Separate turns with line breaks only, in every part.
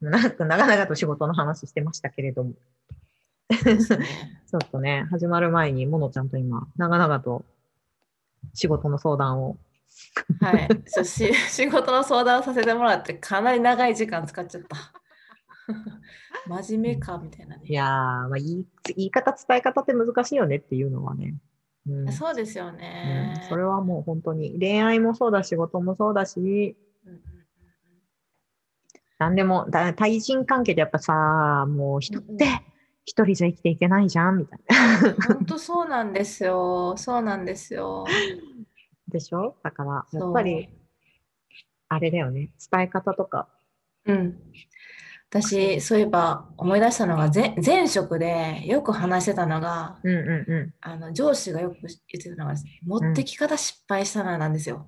長 く長々と仕事の話してましたけれども。 ちょっとね、始まる前に、ものちゃんと今、長々と仕事の相談を。
はい、そうし 仕事の相談をさせてもらってかなり長い時間使っちゃった。 真面目かみたいなね。
いやー、まあ、言い言い方、伝え方って難しいよねっていうのはね。うん
そうですよね
うん。それはもう本当に恋愛もそうだ仕事もそうだし
うんうん
何でもだ対人関係でやっぱさもう人っ
うんうん
て一人じゃ生きていけないじゃんみたいな
本当そうなんですよ。そうなんですよ。
でしょだからやっぱりあれだよね伝え方とか
そう。うん。私、そういえば思い出したのが、前前職でよく話してたのが、
うんうんう
あの上司がよく言ってたのがですね、持ってき方失敗したななんですよ。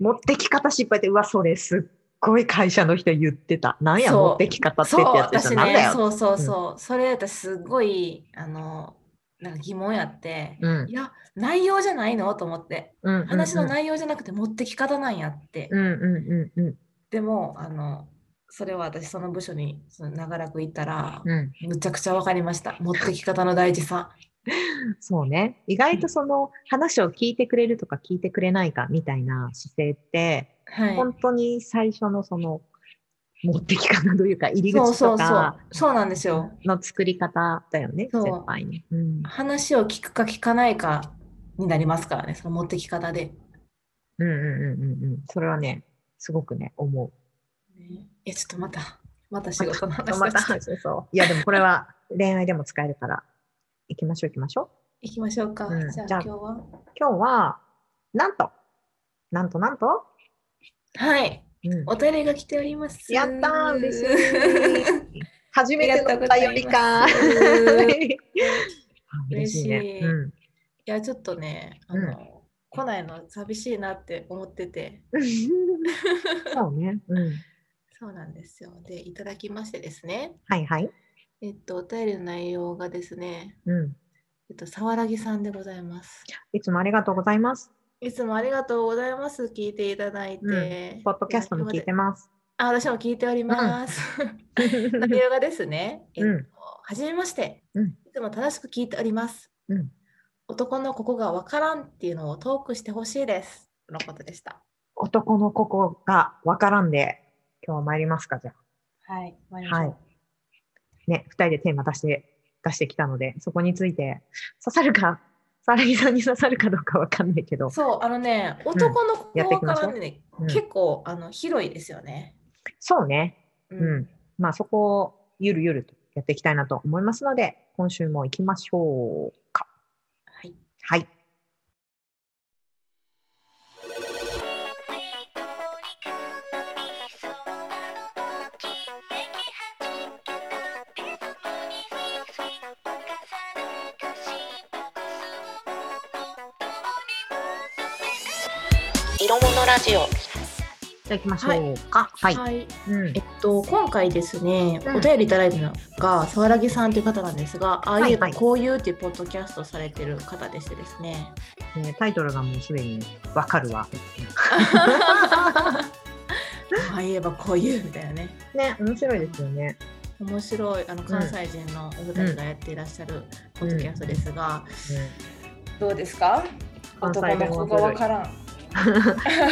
ん持ってき方失敗ってうわそれすっごい会社の人言ってたなんや
そう
持ってき方ってっ
そう、
てやってた
私
なんだ
ね、
よ
そうそうそう。それ私すごい、あの、なんか疑問やって、
うん
いや、内容じゃないのと思って、
うんうんうん
話の内容じゃなくて持ってき方なんやって。
うんうんうんう
でも、あの、それは私その部署にその長らくいたら、
んうん
むちゃくちゃ分かりました。持ってき方の大事さ。
そうね。意外とその話を聞いてくれるとか聞いてくれないかみたいな姿勢って、
はい。
本当に最初のその持ってき方というか入り
そう
口
そ
と
うそう
か。
そうなんですよ。
の作り方だよね、
そう
絶対に。うん
話を聞くか聞かないかになりますからね、その持ってき方で。
うんうんうんうんうん。それはね、すごくね、思う。
ねいや、ちょっとまた、また仕事の話
ま
だ
た
ちょっと
話そう。いや、でもこれは恋愛でも使えるから、行きましょう行きましょう。
行きましょうか。
うん
じゃあ
じゃあ
今日は。
今日は、なんと、なんとなんと、
はい。
うん、
お便りが来ております。
やったー嬉し い。初め
め
て
て
の
の
お
お
便
便
り
り
か
か。
嬉しいね。うん
いや、ちょっとね、あの、来ないの寂しいなって思ってて。
そうね。うん。
そうなんですよ。で、いただきましてですね。
はいはい。
えっと、お便りの内容がですね、
うん。
えっと、沢良木さんでございます。
いつもありがとうございます。
いつもありがとうございます。聞いていただいて。
うポッドキャストも聞いて
ま
ます。
あ、私も聞いております。内容がですね、えっと
うん
はじめまして、
うん
いつも楽しく聞いております。
うん
男のここがわからんっていうのをトークしてほしいです。のことでした。
男のここがわからんで、今日は参りますか、じゃあ。
はい。参りまし
は
ょ。
いうね、二人でテーマ出して、出してきたので、そこについて、刺さるか、サラギさんに刺さるかどうかわかんないけど、
そう、あのね、男のここ
やってい
が
き
わ
まし
か
ょう
らんね、
うん
結構あの広いですよね。
そうね。
う
うん。まあそこをゆるゆるとやっていきたいなと思いますので、今週も行きましょうか。
はい。
はい。
色物ラジオ
じゃあ行きましょうか。はい。
はい
うん
え。っと、今回ですね、
うん
お便りいただいたのが、沢良木さんという方なんですが、ああ
はいいうはい
こういうっていうポッドキャストされてる方でしてですね。
ねタイトルがもうすでにわかるわ。
ああ言えばこういうみたいなね。
ね、面白いですよね。
面白いあの関西人のお二人がやっていらっしゃるポッドキャストですが、どうですか
関西
男の
弁
子
は
がわか
ず
らん
るい。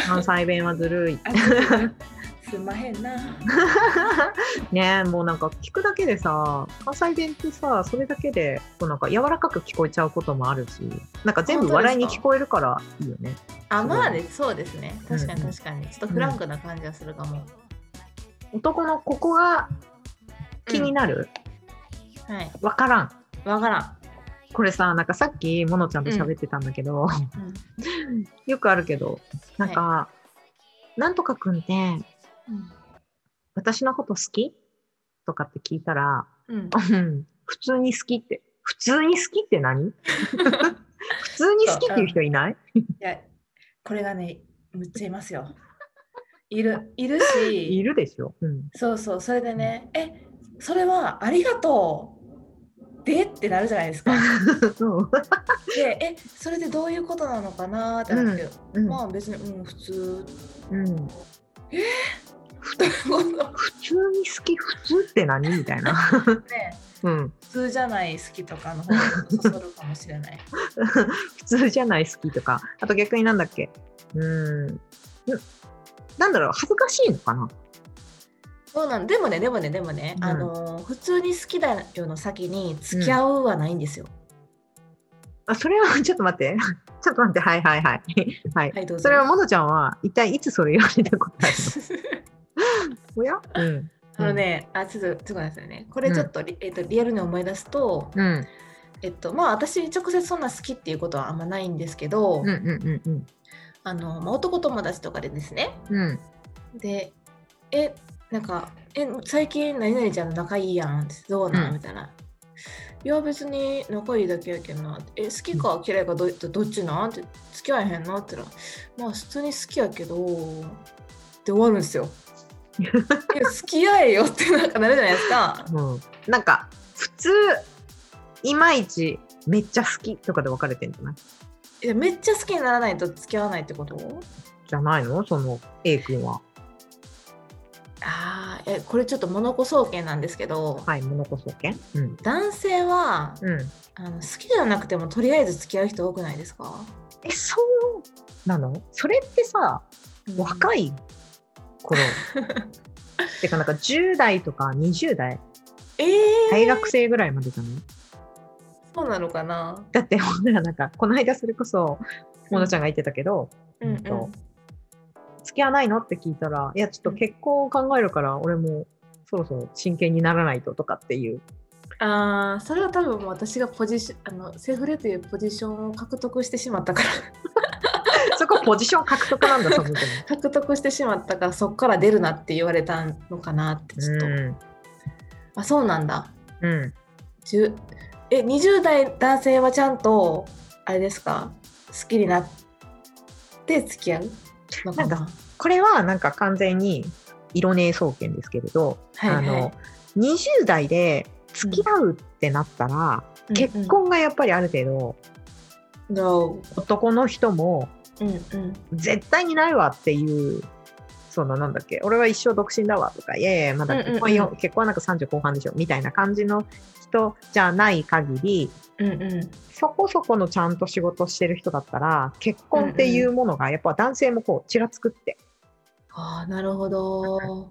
関西弁はずるい。
すんまへんな
ねもうなんか聞くだけでさ、関西弁ってさ、それだけで、こうなんか柔らかく聞こえちゃうこともあるし、なんか全部笑いに聞こえるからいいよね。
あ
すごい
まあねそうですね確かに
うん
確かにちょっとフランクな感じがするかも、
男のここが気になる
はい
わ、からん。
わから
これさなんかさっきモノちゃんと喋ってたんだけど、
ん、うん
よくあるけどなんか、なんとかくんって私のこと好きとかって聞いたら、
うん、
うん普通に好きって普通に好きって何 普通に好きっていう人いない
いやこれがねむっちゃいますよいるいる
い
し
るでしょ、うん、
そうそうそれでねえそれはありがとうでってなるじゃないですか
そう、
でえそれでどういうことなのかなーってなって、
うん
まあ別にうん普通
うん、
どういうこと
普通に好好き普通って何みたいな。
ね
うん。
普通じゃない好きとかの方がそそるかもしれない。
普通じゃない好きとか、あと逆になんだっけ。うーん。んなんだろう、恥ずかしいのかな
そうなんでもねでもねでもね、
うん
あのー普通に好きだよの先に付き合うはないんですよ。
あ、それは、ちょ っと待って。ちょっと待って、はいはいはい。はい。
はいどうぞ。
それは、ものちゃんは、一体いつそれ言われたことあるの おやうん。
あのね、あちょっとちょっとごめんなさいね。これちょっとリ、えっとリアルに思い出すと、
うん。
えっとまあ私直接そんな好きっていうことはあんまないんですけど、
うんうんうんうん。
あのまあ男友達とかでですね。
うん。
でえなんかえ最近何々ちゃんの仲いいやんどうな
うん
んみたいな。いや別に仲いいだけやけどなえ好きか嫌いかどどどっちなんって付き合えへんなって言ったらまあ普通に好きやけどって終わるん ですよ。いや付き合えよってなんかなるじゃないですか。
うん、なんか普通いまいちめっちゃ好きとかで分かれてんじゃない
いやめっちゃ好きにならないと付き合わないってこと
じゃないのその A 君は。
あーえこれちょっと物子総研なんですけど、
はい、モノコソケン。うん。
男性は
うん、
あの好きじゃなくてもとりあえず付き合う人多くないですか
え、そうなのそれってさ、
い
若い 頃。てか、なんか10代とか20代、
えー、
大学生ぐらいまでじゃない
そうなのかな
だって、ほら、なんか、この間それこそ、モノちゃんが言ってたけど、
うんうん
と付き合わないのって聞いたら、いや、ちょっと結婚を考えるから、俺もそろそろ真剣にならないととかっていう
あーそれは多分私がポジションあのセフレというポジションを獲得してしまったから
そこポジション獲得 なんだ、その時
獲得してしまったからそっから出るなって言われたのかなってちょっと、
うん。
あそうなんだ
うん。
じゅえ20代男性はちゃんとあれですか好きになって付き合うのかな
なんこれはなんか完全に色ねえ総研ですけれど、
はいはい
あの、20代で付き合うってなったら、結、婚がやっぱりある程度、
うんうん No
男の人も
うんうん
絶対にないわっていう、そのなんだっけ、俺は一生独身だわとか、いやいや、まだ結婚よ、
うんうん
結婚はなんか30後半でしょ、みたいな感じの人じゃない限り、
うんうん
そこそこのちゃんと仕事してる人だったら、結婚っていうものが、やっぱ男性もこう、ちらつくって。
ああなるほど。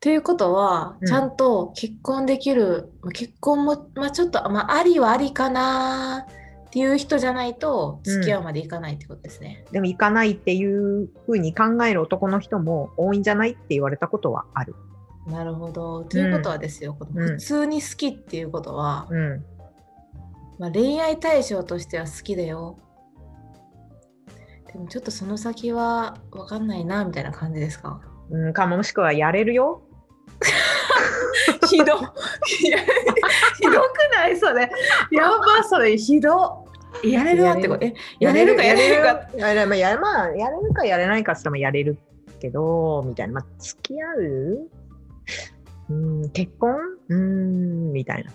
ということは、
うん
ちゃんと結婚できる、まあ結婚も、まあ、ちょっと、まあ、ありはありかなっていう人じゃないと付き合うまでいかないってことですね。
でも行かないっていうふうに考える男の人も多いんじゃないって言われたことはある。
なるほど。ということはですよ、この普通に好きっていうことは、
うん。
まあ、恋愛対象としては好きだよ。でもちょっとその先は分かんないなみたいな感じですか
うん、かもしくはやれるよ。
ひどいやひどくないそれやばそれひどやれるわってことえやれるかやれるか
やれるか。やれまあ、やれるかやれないかって言ってもやれるけど、みたいな。まあ、付き合ううん、結婚うん、みたいな。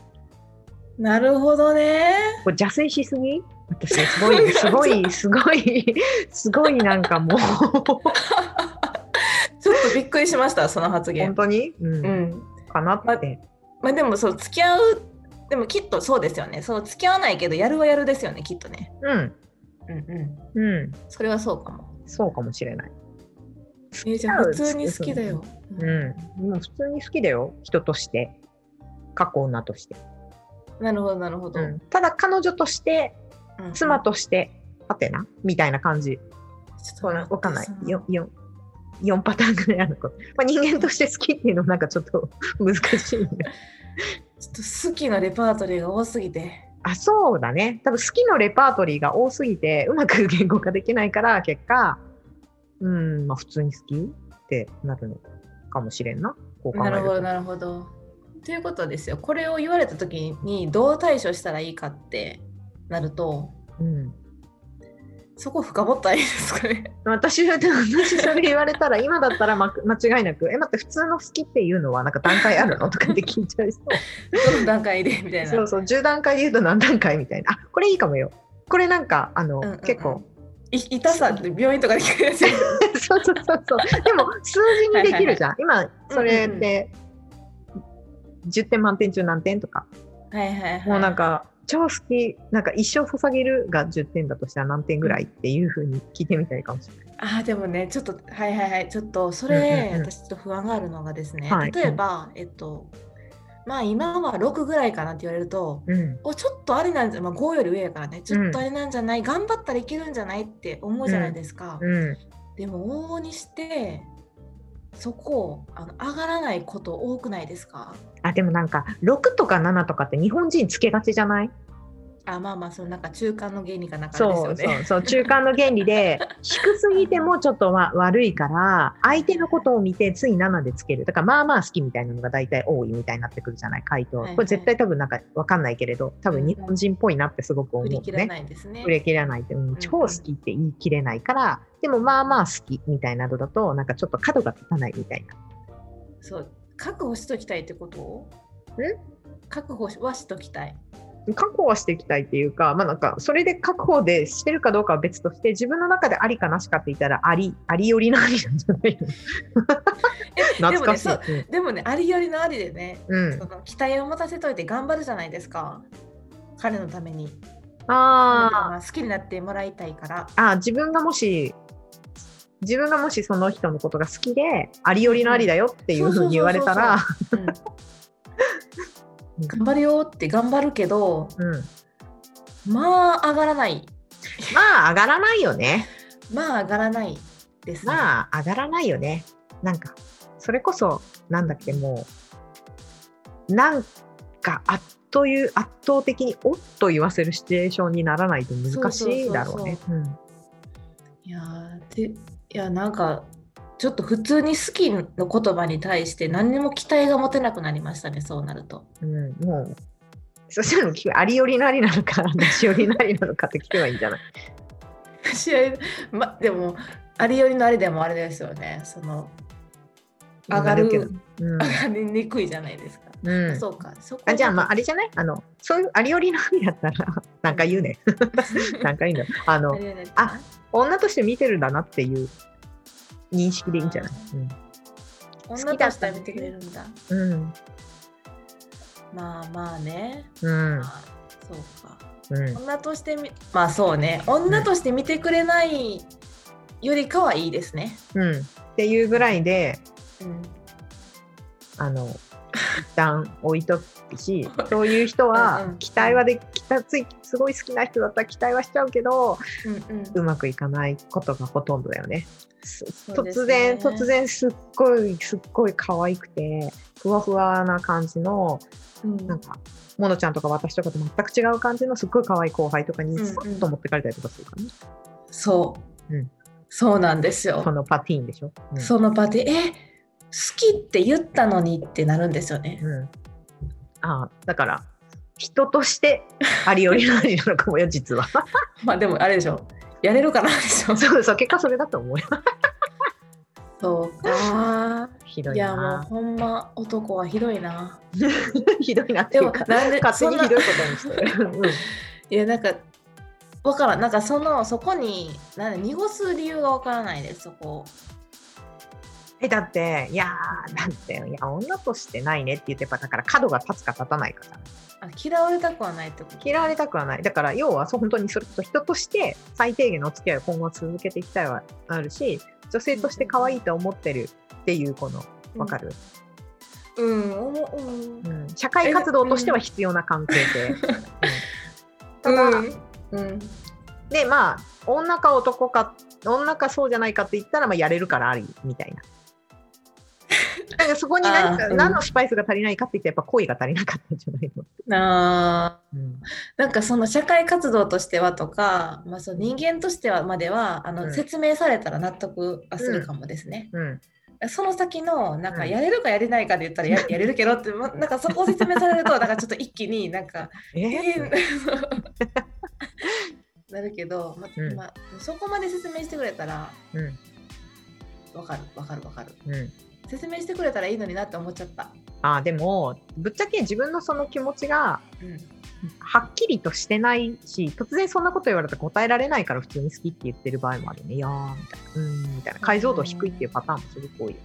なるほどね
これ邪性しすぎ私、すご い、すごい、すごい、すごいなんかもう、
ちょっとびっくりしましたその発
本
言
当に、う、
うんん
かなって。
まあでもそう付き合うでもきっとそうですよねそう付き合わないけどやるはやるですよねきっとね
うん、
うんうん
うん、
それはそうかも
そうかもしれない。
えじゃあ普通に好きだよ
うん、もう普通に好きだよ人として過去女として、
なるほどなるほど、うん
ただ彼女として
うん
妻としてはてなみたいな感じ
ちょっと
そう
待って
わかんない
その
よよ4パターンぐらいあること、まあ、人間として好きっていうのもなんかちょっと難しい ね
ちょっと好きなレパートリーが多すぎて
あそうだね多分好きのレパートリーが多すぎてうまく言語化できないから結果うんまあ普通に好きってなるのかもしれんなこう考
な
える
るほ
と
どなるほど。ということですよこれを言われた時にどう対処したらいいかってなると
うん
そこ深掘ったらいいですか ね。
私、私それ言われたら、今だったらま間違いなく、え、待って、普通の好きっていうのは、なんか段階あるのとかって聞いちゃいそう。
どの段階でみたいな。
そうそう、10段階で言うと何段階みたいな。あ、これいいかもよ。これなんか、あの、
うんうんうん
結構、
い痛さって病院とかで聞くやつや
そうそうそうそう。でも数字にできるじゃん。今それって10点満点中何点とか。
はいはいはい
もうなんか超好きなんか一生捧げるが10点だとしたら何点ぐらいっていう風に聞いてみたいかもしれない。
あーでもねちょっとはいはいはいちょっとそれ、
うんうんうん
私ちょっと不安があるのがですね、
はい
例えば、えっとまあ今は6ぐらいかなって言われると
うん。
おちょっとあれなんじゃ、まあ、5より上やからねちょっとあれなんじゃない、頑張ったらいけるんじゃないって思うじゃないですか、
うん。
でも往々にしてそこあの上がらないこと多くないですか
あでもなんか6とか7とかって日本人つけがちじゃない
あまあまあそのなんか中間の原理かなんかあれ
そう
ですよ
そ
ね
うそう中間の原理 で低すぎてもちょっとわ悪いから相手のことを見てつい7でつけるだからまあまあ好きみたいなのが大体多いみたいになってくるじゃない回答、
はいはい
これ絶対多分なんか分かんないけれど多分日本人っぽいなってすごく思う
振り
ね
切らないんですね
売れ切らないって、うん、超好きって言い切れないから、でもまあまあ好きみたいなのだとなんかちょっと角が立たないみたいな
そう覚悟しときたいってこと
え覚
覚悟はしときたい
確保はしていきたいっていうかまあなんかそれで確保でしてるかどうかは別として自分の中でありかなしかって言ったらありありよりのありなんじゃないの懐かしい、
でもでもねありよりのありでね、
うんうん
その期待を持たせといて頑張るじゃないですか彼のために彼
あ
が好きになってもらいたいか
ー
ら
あー自分がもし自分がもしその人のことが好きでありよりのありだよっていうふうに言われたら
うん頑張るよって頑張るけど
うん
まあ上がらない
まあ上がらないよね
まあ上がらないですね、
まあ上がらないよね。なんかそれこそなんだっけもうなんかあっという圧倒的におっと言わせるシチュエーションにならないと難しいだろうね。うん
いやーでいやなんかちょっと普通に好きの言葉に対して何にも期待が持てなくなりましたねそうなると。
うんもうそしたら聞くありよりなりなのかなしよりなりなのかって聞けばいいんじゃない。
試合、ま、でもありよりのありでもあれですよねその上がる
けど。うん
上がりにくいじゃないですか。
うん
そうかそこ
あじ ゃあ、まあ、
あ
あれじゃないあの、そういう、ありよりのありだったら、 なんか言うね。なんか言うんだよ。あの、
りよりのり
あ女として見てるんだなっていう認識でいいんじゃない、うん、
女として見てくれるんだ。
うん。
まあまあね、
うん
ま。あそうか。
うん。
女としてみまあそうね女として見てくれないよりかはいいですね。
うん。っていうぐらいで、
うん
あの、一旦置いとく し、そういう人
うんう
は
ん、
期待はできた、つい、すごい好きな人だったら期待はしちゃうけど、
うんうん
うまくいかないことがほとんどだよね。す
そうで
突
す
然、
ね
突然、すっごい、すっごい可愛くて、ふわふわな感じの、
うん
なんか、モノちゃんとか私とかと全く違う感じの、すっごい可愛い後輩とかに、
うんうん
スッと持ってかれたりとかするからね。
そう、
うん
そうなんですよ
こ。のパティーンでしょ。うん
その場で、え、好きって言ったのにってなるんですよね。
うん、あーだから人としてありよりのありなのかもよ実 は
まあでもあれでしょ、やれるかなでしょ。
そうそう結果それだと思うよ
そうか。
ひどい
いやもう
な
ほんま男はひどいな。
ひどいなって
で
いう
も
か
なんで
勝
そ
手
ん
にひ
な
どいことにしてる、うん、
いやなんかわからんなんかそのそこになんで濁す理由がわからないですそこ。
えだっていやーだっていや女としてないねって言ってやっぱだから角が立つか立たないかじゃない
あ嫌われたくはないってこと。
嫌われたくはないだから要はそう本当にそれこそ人として最低限のお付き合いを今後は続けていきたいはあるし女性として可愛いと思ってるっていうこのわかる、
うん。うん思ううん。
うん社会活動としては必要な関係で。うん ただ、
うん。
でまあ女か男か女かそうじゃないかって言ったら、まあ、やれるからありみた いな。なんかそこに何か
あーうん
何のスパイスが足りないかって言ってやっぱ恋が足りなかったんじゃないの、
なあ。
うん
なんかその社会活動としてはとか、まあ、その人間としてはまではあ
うん
の説明されたら納得はするかもですね。
うん
その先のなん
う
か
ん
やれるかやれないかで言ったらややれるけどってまなんかそこを説明されるとなんかちょっと一気にな んかえ
えー
ー なるけど、ま
うん
まそこまで説明してくれたら
うん
わかるわかるわかる
うん、
説明してくれたらいいのになって思っちゃった。
あーでもぶっちゃけ自分のその気持ちが
うん
はっきりとしてないし突然そんなこと言われたら答えられないから普通に好きって言ってる場合もあるよねいやーみたいなうーんみたいな解像度低いっていうパターンもすごく多いよ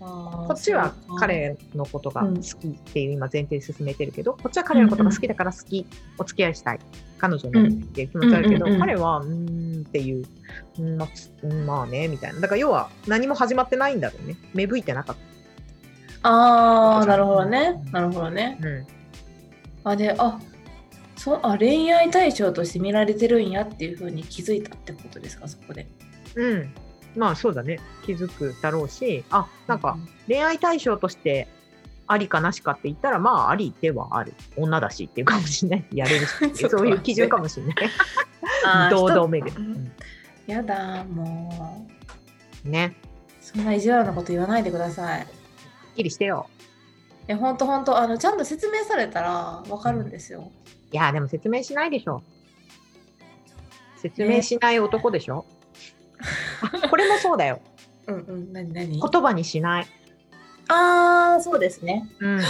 こっちは彼のことが好きっていう今前提で進めてるけど、こっちは彼のことが好きだから好き、お付き合いしたい彼女になるっていう気持ちはあるけど、
うんうんうんうん
彼はうーんっていううんまうんまあねみたいなだから要は何も始まってないんだろうね芽吹いてなかっ
ああなるほどねなるほどね
た、うん、
あであそうあ恋愛対象として見られてるんやっていうふうに気づいたってことですかそこで
うん、まあそうだね気づくだろうしあなんか恋愛対象としてありかなしかって言ったらまあありではある女だしっていうかもしれないやれるし
ちょっと
そうい
待
う
って
基準かもしれな
あ
い
ー
堂々巡
人うん
る、
やだもう
うん、ね
そんな意地悪なこと言わないでください
すっきりしてよ
いやほんとほんとあのちゃんと説明されたらわかるんですよ、
いやでも説明しないでしょ説明しない男でし ょ、あこれもそうだよ
うん、うんうん何何
言葉にしない、
ああそうですね
うん、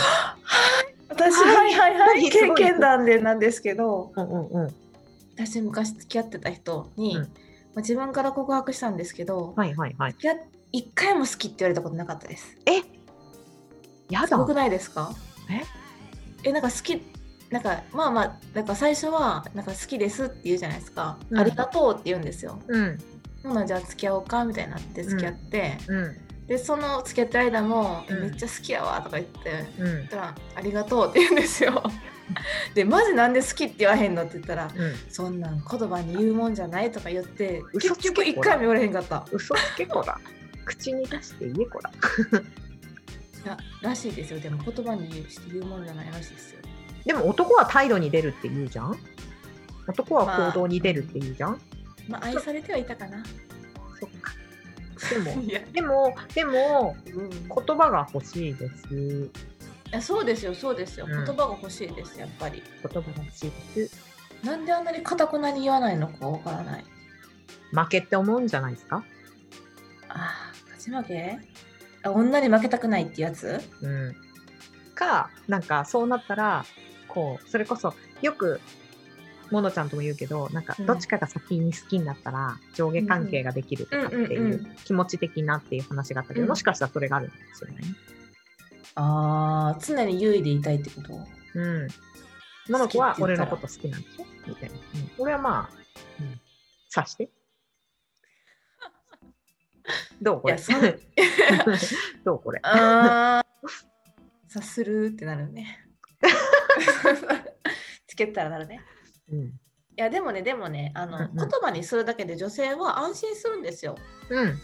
私
は
はいいはいは
はい
い
すご
経
い
験談でなんですけど
うんうんうん
私昔付き合ってた人に、
うん
まあ、自分から告白したんですけど、
はいはいはい
付き合っ一回も好きって言われたことなかったです
えや
す
だ
ごくないですか
え
えなんか好きなんかまあまあなんか最初はなんか好きですって言うじゃないですか、
うん
ありがとうって言うんですよ
うん
ほなじゃあ付き合おうかみたいになって付き合って、
うん
でその付き合ってる間も、え
うん
めっちゃ好きやわとか言って
うん
言ったらありがとうって言うんです よでマジなんで好きって言わへんのって言ったら
うん
そんなん言葉に言うもんじゃないとか言って
嘘
結
つけ
局一回も言われへんかった
嘘つけこら口に出して言えこら
ららしいですよでも言葉にして言うもんじゃないらしいですよ
でも男は態度に出るって言うじゃん男は行動に出るって言うじゃん、
まあ愛されてはいたかな
そっかでも
いや、
でもでも
うん、い
言葉が欲しいです言
やそうですよそうですよ、
うん
言葉が欲しいですやっぱり
葉が欲しいです
なんであんなにかたくなに言わないのかわからない
負けって思うんじゃないですか
あー勝ち負けあ女に負けたくないってやつ
うん、かなんかそうなったらこうそれこそよくモノちゃんとも言うけどなんか
うん
どっちかが先に好きになったら上下関係ができるとかって
うん
い
うんう
う気持ち的なっていう話があったけど、
うん
もしかしたらそれがあるんですよね。
ああ常に優位でいたいってこと
うん、モノコは
好きって言
俺
った
のこ
ら
と好きなんでしょみたいな、うん俺はまあ、うん、察 して。どうこ
い
れ
やそう
どうこれ
あーさするってな るねつけたらなるね
うん、
いやでもねでもねあの、
うんうん
言葉にするだけで女性は安心するんですよ
うん。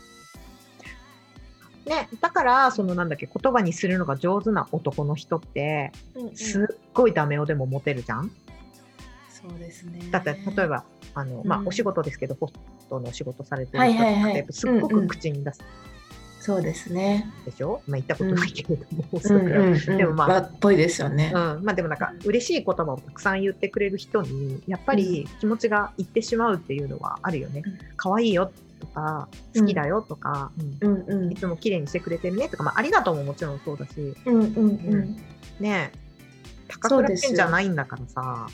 ね、だから、そのなんだっけ、言葉にするのが上手な男の人って、
うんうん
すっごいダメ男でもモテるじゃん。
そうですね
だって、例えば、あの、まあ
う、ん
お仕事ですけど、ホストのお仕事されてる人
はいはいはい
とかって、すっご
うんう
く
ん
口に出す
そうですね
でしょ、まあ、言ったことないけれども、おそ
うん
らく
うんうん
でもまあ
和っぽいですよね。
うん、まあでもなんか嬉しい言葉をたくさん言ってくれる人にやっぱり気持ちがいってしまうっていうのはあるよね
うん。
可愛いよとか好きだよとか、うん
うんうん
いつも綺麗にしてくれてるねとか、まあ、ありがとうももちろんそうだし
うんうん
う
うん
ん。ねえ高
そう
倉
で
健
すよ
じゃないんだからさ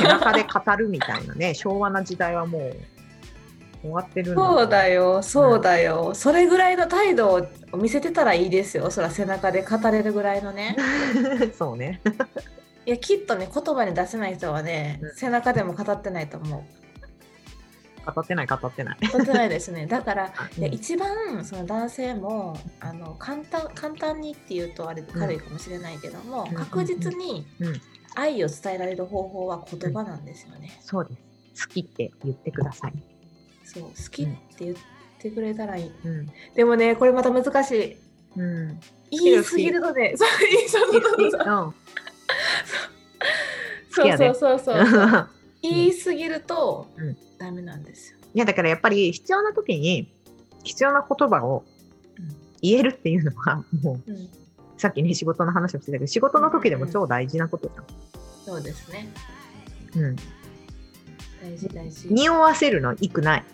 背中で語るみたいなね 昭和な時代はもう終わってるんだから
そうだよ、そうだよ、それぐらいの態度を見せてたらいいですよ、そら背中で語れるぐらいのね。
そうね
いや、きっとね、言葉に出せない人はね
うん、
背中でも語ってないと思。
語ってない語ってないう
語ってないで すね。だから、
う
いや
ん
一番その男性もあの簡単簡単にっていうとあれ軽いかもしれないけども、
うん
確実に
うん
愛を伝えられる方法は言葉なんですよね。
そうです好きって言ってください、
そう好きって言ってくれたらいい。
うん
でもねこれまた難しい。
うん、
言いすぎるとね、そう言いそうそうそう
うん好き
そう
やで
そうそうそう。
い
言いすぎると
うん
ダメなんですよ。
やだからやっぱり必要な時に必要な言葉を
うん
言えるっていうのはも
うん、
うさっきね仕事の話をしてたけど仕事の時でも超大事なこと
そうですね。
じゃん、うん、
大事大事。
匂わせるのいくない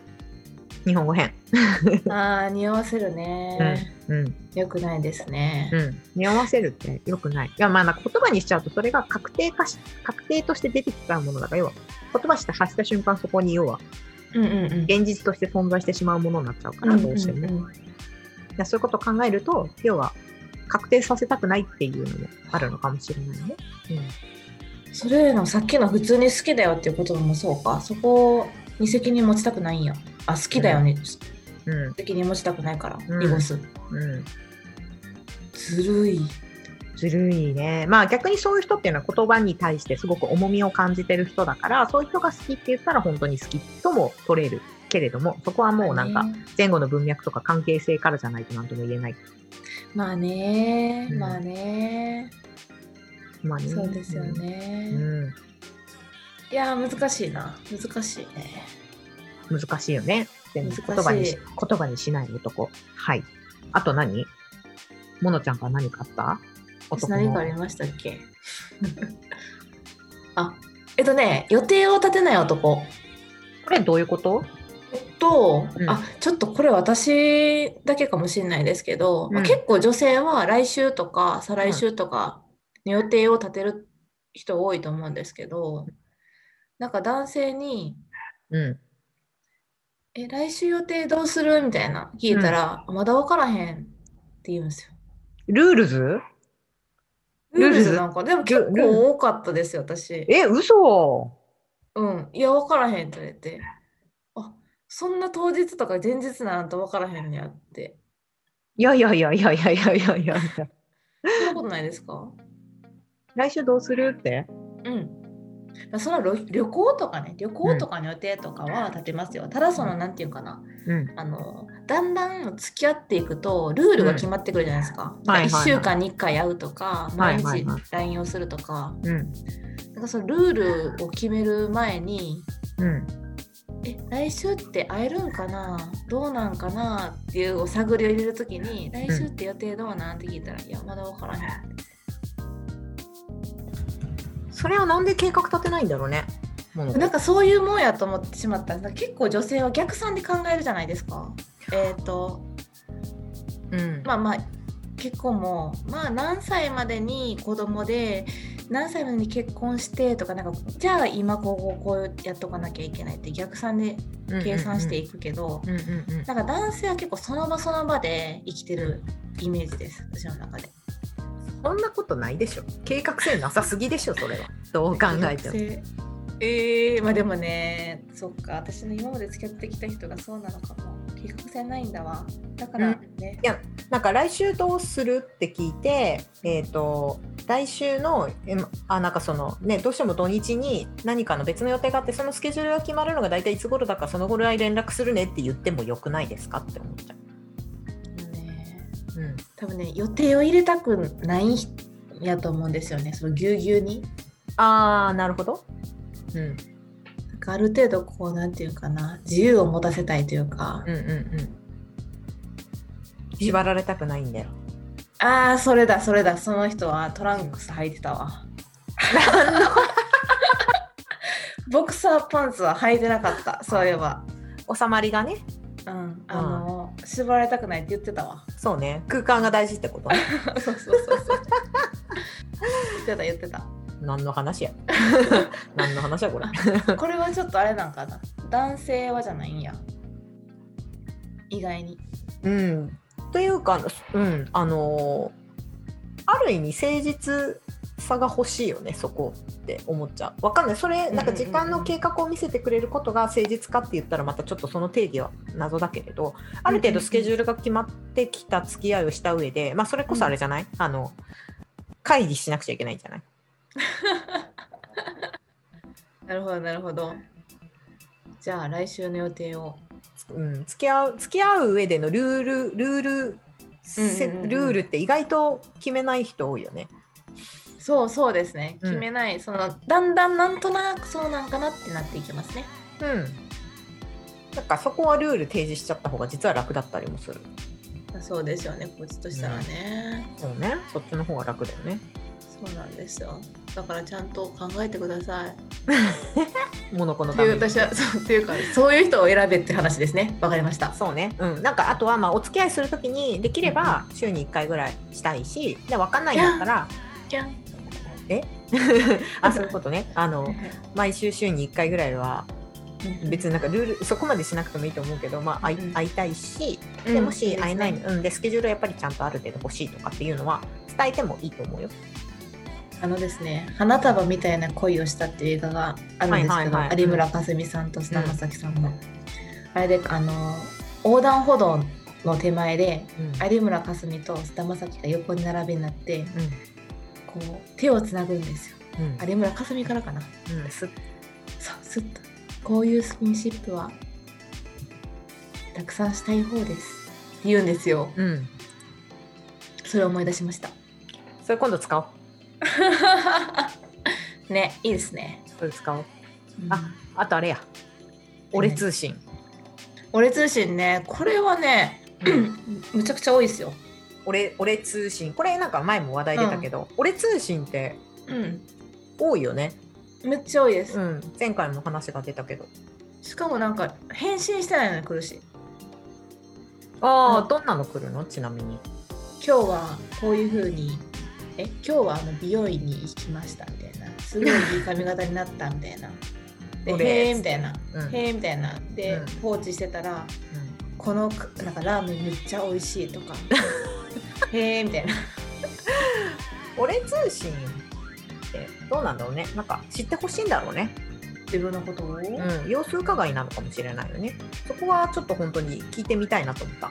日本語編。
ああ、匂わせるね。
うん。
よくないですね。
うん。匂わせるって良くない。いや、まあ、なんか言葉にしちゃうと、それが確定化し、確定として出てきちゃうものだから、要は、言葉して発した瞬間、そこに要は、
うんうんうん。
現実として存在してしまうものになっちゃうから、どうしてもね。
んんん
いやそういうことを考えると、要は、確定させたくないっていうのもあるのかもしれないね。
それのさっきの普通に好きだよっていうこともそうか。そこに責任持ちたくないんや。あ、好きだよね。
うん。うん。
責任持ちたくないから、
うん
濁す。
うん、
ずるい。
ずるいね。まあ逆にそういう人っていうのは言葉に対してすごく重みを感じてる人だから、そういう人が好きって言ったら本当に好きとも取れるけれども、そこはもうなんか
ね
前後の文脈とか関係性からじゃないと何とも言えない。
まあね、
うん
まあね、
まあね
そうですよ。
う
ね。
ん、
いやー、難しいな。難しいね。
難しいよね。全部言
難しい
葉にし言葉にしない男。はい。あと何モノちゃんから何買った
私
男の
何かありましたっけ あ、えっとね、予定を立てない男。
これどういうこと
えっと、
うん
あちょっとこれ私だけかもしれないですけど、まあ
うん
結構女性は来週とか再来週とかに予定を立てる人多いと思うんですけどなんか男性に
うん。
「え来週予定どうする?」みたいな聞いたら「まだ分からへん」って言うんですよ。
ルールズ
ル
ル
ー
ー
ル
ル
ズ
ズ
なんかでも
ル
結
ルール
構多かったですよ私。
え、嘘
うん、いや分からへんって言われてあそんな当日とか前日なんと分からへんのやって
いやいやいやいやいやいやいやいや。
そんなことないですか
来週どうするって
うん。まあその旅旅行とかね、旅行とかの予定とかは立てますよ。ただその、なんていうかな、
うん。
あの、だんだん付き合っていくと、ルールが決まってくるじゃないですか。
いはいはい
1週間に1回会うとか、
はい
毎
はいはい
日 LINE をするとか、
うん。
なんかそのルールを決める前に、
うん。
え、来週って会えるんかなどうなんかなっていうお探りを入れるときに、来週って予定どうなんって聞いたら、いや、まだ分からへん。
それはなんで計画立てないんだろうね。
なんかそういうもんやと思ってしまったなんか結構女性は逆算で考えるじゃないですか。えっ、と
うん
まあまあ結婚もまあ何歳までに子供で何歳までに結婚してとかなんかじゃあ今こうこうこうやっとかなきゃいけないって逆算で計算していくけど、
うんうんうん。
なんか男性は結構その場その場で生きてるイメージです私の中で。
そんなことないでしょ。計画性なさすぎでしょ、それ は。どう考えても。
も。えー、まあでもね、そっか、私の今まで付き合ってきた人がそうなのかも。計画性ないんだわ。だからね。
なんか来週どうするって聞いて、えっ、と、来週の、えまあ、なんかそのね、どうしても土日に何かの別の予定があって、そのスケジュールが決まるのが大体いつ頃だから、その頃に連絡するねって言ってもよくないですかって思っちゃう。
ね
うん。
多分ね、予定を入れたくないんやと思うんですよね、そのぎゅうぎゅうに。
あー、なるほど。うん。
なんかある程度、こう、なんていうかな、自由を持たせたいというか、
うんうんうん。縛られたくないんだよ。
ああ、それだ、それだ、その人はトランクス履いてたわ。 ボクサーパンツは履いてなかった、そういえば。
収まりがね、
うん、あの、縛られたくないって言ってたわ。
そうね、空間が大事ってことね。
そうそうそうそう。言ってた言ってた。
何の話 や。何の話やこれ。
これはちょっとあれなんかな。男性はじゃないんや。意外に。
うん。というか、うん、あのーある意味誠実さが欲しいよね、そこって思っちゃう。わかんない。それ、なんか時間の計画を見せてくれることが誠実かって言ったら、またちょっとその定義は謎だけれど、ある程度スケジュールが決まってきた付き合いをした上で、まあ、それこそあれじゃない、あの、会議しなくちゃいけないんじゃない
なるほどなるほど。じゃあ来週の予定を。
うん、付き合う付き合う上でのルールルールせ
うんうんうん
ルールって意外と決めない人多いよね。
そうそうですね。
うん
決めない。そのだんだんなんとなくそうなんかなってなっていきますね。
うん。なんかそこはルール提示しちゃった方が実は楽だったりもする。
そうですよね。こっちとしたらね。
そうね。そっちの方が楽だよね。
そうなんですよだからちゃんと考えてくださいっ
モノコの
て
た
いう
めに
私はそうっていうかそういう人を選べって話ですねわかりました
そうね、うん、なんかあとはまあお付き合いするときにできれば週に1回ぐらいしたいしで分かんないんだったら
じゃん
あそういうことねあの毎週週に1回ぐらいは別になんかルールそこまでしなくてもいいと思うけど、まあ、会い
うん
会いたいし
うん
でもし会えない、
うん
うん、でスケジュールやっぱりちゃんとある程度欲しいとかっていうのは伝えてもいいと思うよ。
あのですね「花束みたいな恋をした」っていう映画があるんです
は
け
い
ど
はいはい
有村架純さんと菅田将暉さんの、あれであの横断歩道の手前で
うん
有村架純と菅田将暉が横に並びになって
う
こう手をつなぐんですよ
んうん
有村架純からかな
うんす
そうすっとこういうスキンシップはたくさんしたい方ですって言うんですよ
うん
それを思い出しました
それ今度使おう。
ねいいですね、
それ使おう。
あ
ああとあれや。俺通信。
俺通信ねこれはね むちゃくちゃ多いですよ
俺俺通信。これなんか前も話題出たけど、俺通信って
うん
多いよね。
めっちゃ多いです、
うん。前回も話が出たけど。
しかもなんか返信してないのに来るし
ああ、
うん
どんなの来るのちなみに。
今日はこういう風にえ今日はあの美容院に行きましたみたいなすごいいい髪型になったみた いなで
俺
へえみたいな
うんうん
へえみたいなで、
うん
放置してたらこのくなんかラーメンめっちゃ美味しい とかへえみたいな
俺通信ってどうなんだろうね。なんか知ってほしいんだろうね。
自分のことを、
うん、様子伺いなのかもしれないよね。そこはちょっと本当に聞いてみたいなと思った。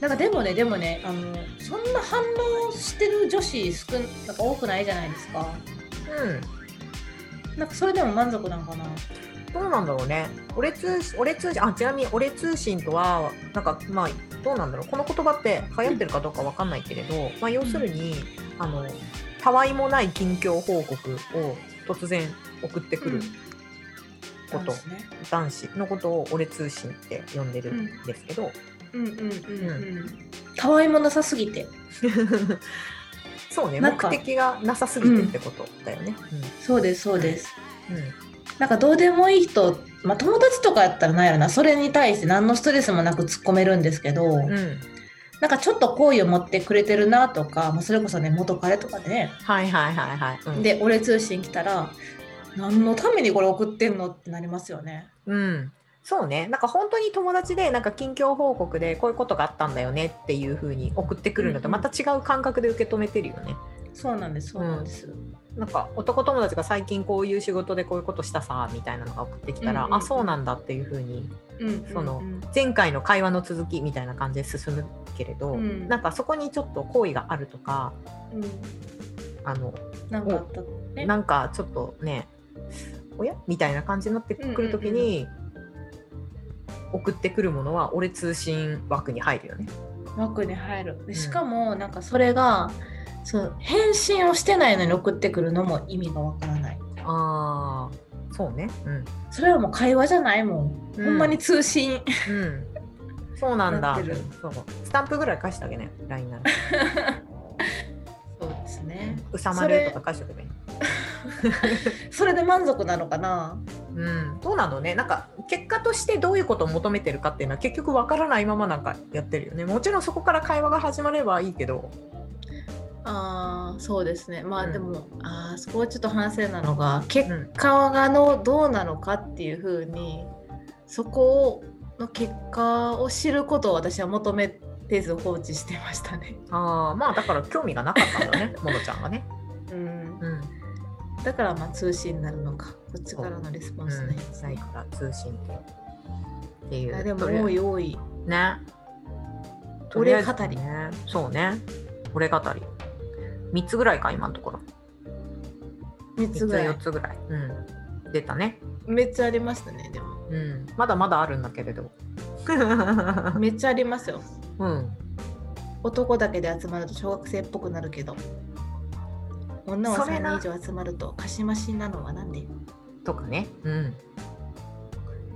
なんかでもねでもねあのそんな反応してる女子少んなんか多くないじゃないですか
うん。
なんかそれでも満足なんかな
どうなんだろうね。俺通信、俺通信、あ、ちなみに俺通信とは、なんか、まあ、どうなんだろう。この言葉って流行ってるかどうかわかんないけれど、まあ、要するに、あの、たわいもない近況報告を突然送ってくること、
ね
男子のことを俺通信って呼んでるんですけど、
うんうんうんうんたわいもなさすぎて
そうね、
な
目
んか
的がなさすぎてってことだよね。
そうですそうです
うん。うん
なんかどうでもいい人、まあ、友達とかやったらなんやろなそれに対して何のストレスもなく突っ込めるんですけど、
うん。
なんかちょっと好意を持ってくれてるなとか、まあ、それこそね元彼とかでね、
はいはいはいはい。うん、
で俺通信来たら何のためにこれ送ってんのってなりますよね。
うん、そうねなんか本当に友達でなんか近況報告でこういうことがあったんだよねっていう風に送ってくるのと
うん
ま
うん
た違う感覚で受け止めてるよね。
そうなんですそうなんです。
なんか男友達が最近こういう仕事でこういうことしたさみたいなのが送ってきたら、
うんうんうん
あそうなんだっていう風に
うん
その
うん
前回の会話の続きみたいな感じで進むけれど、
うん
なんかそこにちょっと好意があるとか
うん
あの
なんかあったね。
なんかちょっとねおやみたいな感じになってくるときに、送ってくるものは俺通信枠に入るよね。
枠に入る
ん
でしかもなんかそれがそう返信をしてないのに送ってくるのも意味がわからない
ああそうねうん、
それはもう会話じゃないもん、
うん
ほんまに通信
うん、そうなん
なっ
だ
てる
そうスタンプぐらい返してあげなよ LINE なら
そうですね
うさまるとか返しておけばいい
それで満足なのかな
うんどうなのねなんか結果としてどういうことを求めてるかっていうのは結局わからないままなんかやってるよねもちろんそこから会話が始まればいいけど
あーそうですねまあ
うん
でも、あーそこはちょっと反省なのが結
うん
果がのどうなのかっていうふうにそこの結果を知ることを私は求めてず放置してましたね、
あーまあだから興味がなかったんだ ねものちゃんがね
うん、
うん
だからまあ通信になるのかこっちからのレスポンスね、
うん、ないから通信っていう
あでも
とりあえ
多
ず
い多い
ね。
俺語り
とりあえずねそうね。俺語り。3つぐらいか、今のところ。
3
3
つ
つ、
ぐらい
4つぐらい。うん。出たね。
めっちゃありましたねでも
うん。まだまだあるんだけれど。
めっちゃありますよ
うん。
男だけで集まると小学生っぽくなるけど女は
それな
3人以上集まるとかしましなのはなんで
とかね。うん。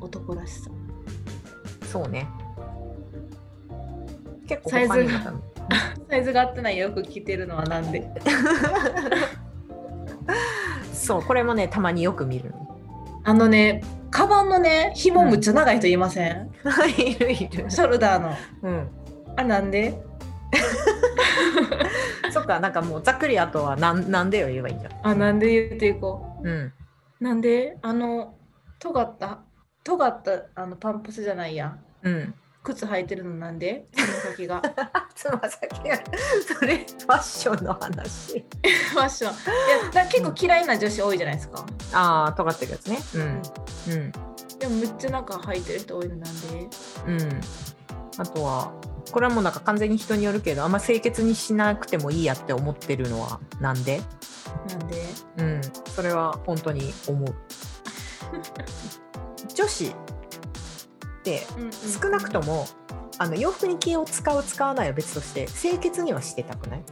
男らしさ
そうね。結構
サイズ
他にも
サイズが合ってない洋服着てるのはなんで
そうこれもねたまによく見る
あのねカバンのね紐むっちゃ長い人いません、
の いるいる
ショルダーの
うん
あなんで
そっかなんかもうざっくりあとはなんなんでよ言えばいいんじゃん
あなんで言っていこう
うん
なんであの尖った尖ったあのパンプスじゃないや
うん
靴履いてるのなんでその先が
つま先がそれファッションの話
ファッションいやだ結構嫌いな女子多いじゃないですか、
ああ尖ってるやつねうん
でもむっちゃなんか履いてる人多いのなんで
うんうんあとはこれはもうなんか完全に人によるけどあんま清潔にしなくてもいいやって思ってるのはなんで
なんで
うんそれは本当に思う女子って少なくと
も
もあの洋服に気を使う使わないは別として清潔にはしてたくない、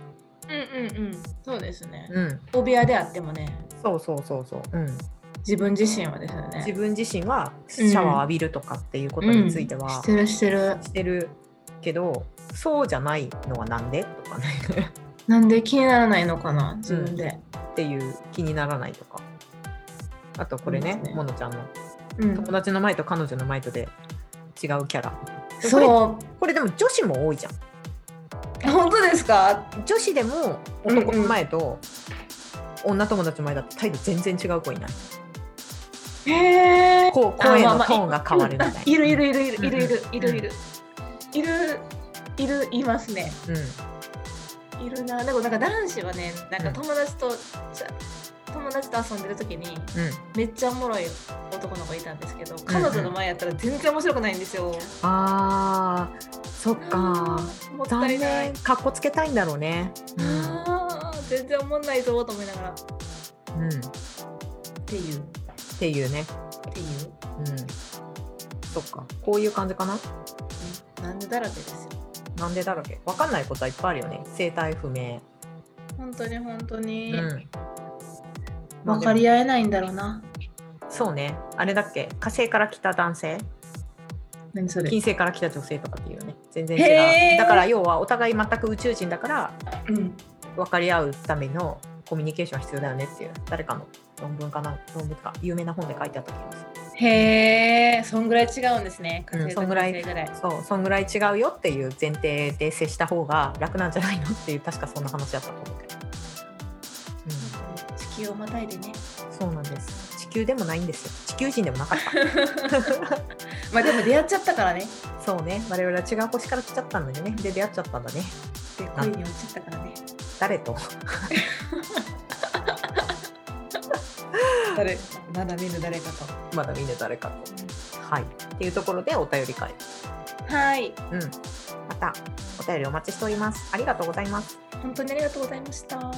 うんうんうんそうですね
うん、
お部屋であってもね
そうそうそうそう、うん、
自分自身はですよ
自
ね
分自身はシャワー浴びるとかっていうことについて
うん
は
してるしてる
してるけど、そうじゃないのはなんでとかね
なんで気にならないのかな自分で、
っていう気にならないとかあとこれ
そう
ね
ですね
モノちゃんの
うん
友達の前と彼女の前とで違うキャラ
そう
これでも女子も多いじゃん
本当ですか
女子でも男の前と女友達の前だと態度全然違う子いない
へえ
こう声
あ
の
ま
ト
あ
ーンが変わるみたいな、
いるいるいるいるいるいる
うん
いるいるいるいるいますね
うん、
いるなでもなんか男子はねなん
う
か
ん
友達とちゃ友達と遊んでる時に
うん、
めっちゃおもろい男の子いたんですけど彼女の前やったら全然面白くないんですよ。
あーそっか
あーもっ
残
たいない
念。かっこつけたいんだろうねうん
あー全然思んないぞと思いながらっ、
うん、って
いうって
いうね
ていう
うんそっかこういう感じかな
なんでだらけですよ。
なんでだらけわかんないことはいっぱいあるよね生態不明
本当に本当
う
に、
ん
分かり合えないんだろうな。
そうねあれだっけ火星から来た男性
何それ
金星から来た女性とかっていうね全然違
へ
う
ー
だから要はお互い全く宇宙人だから
うん
分かり合うためのコミュニケーションは必要だよねっていう誰かの論文かな論文か有名な本で書いてあった気がする
へえ、そんぐらい違うんですね。
うん
火星と
そんぐらい
火星ぐらい。
そうそんぐらい違うよっていう前提で接した方が楽なんじゃないのっていう確かそんな話だったと思うけど、
地球をまたいでね。
うん、そうなんです地球でもないんですよ地球人でもなかっ
まあでも出会っちゃったからね。
たそうね我々は違う星から来ちゃったんだよねで出会っちゃったんだね
で恋に落ちちゃったからね。
誰と
誰まだ見ぬ誰かと。
まだ見ぬ誰かとはいっていうところでお便り会
はい。
うんまたお便りお待ちしておりますありがとうございます
本当にありがとうございました。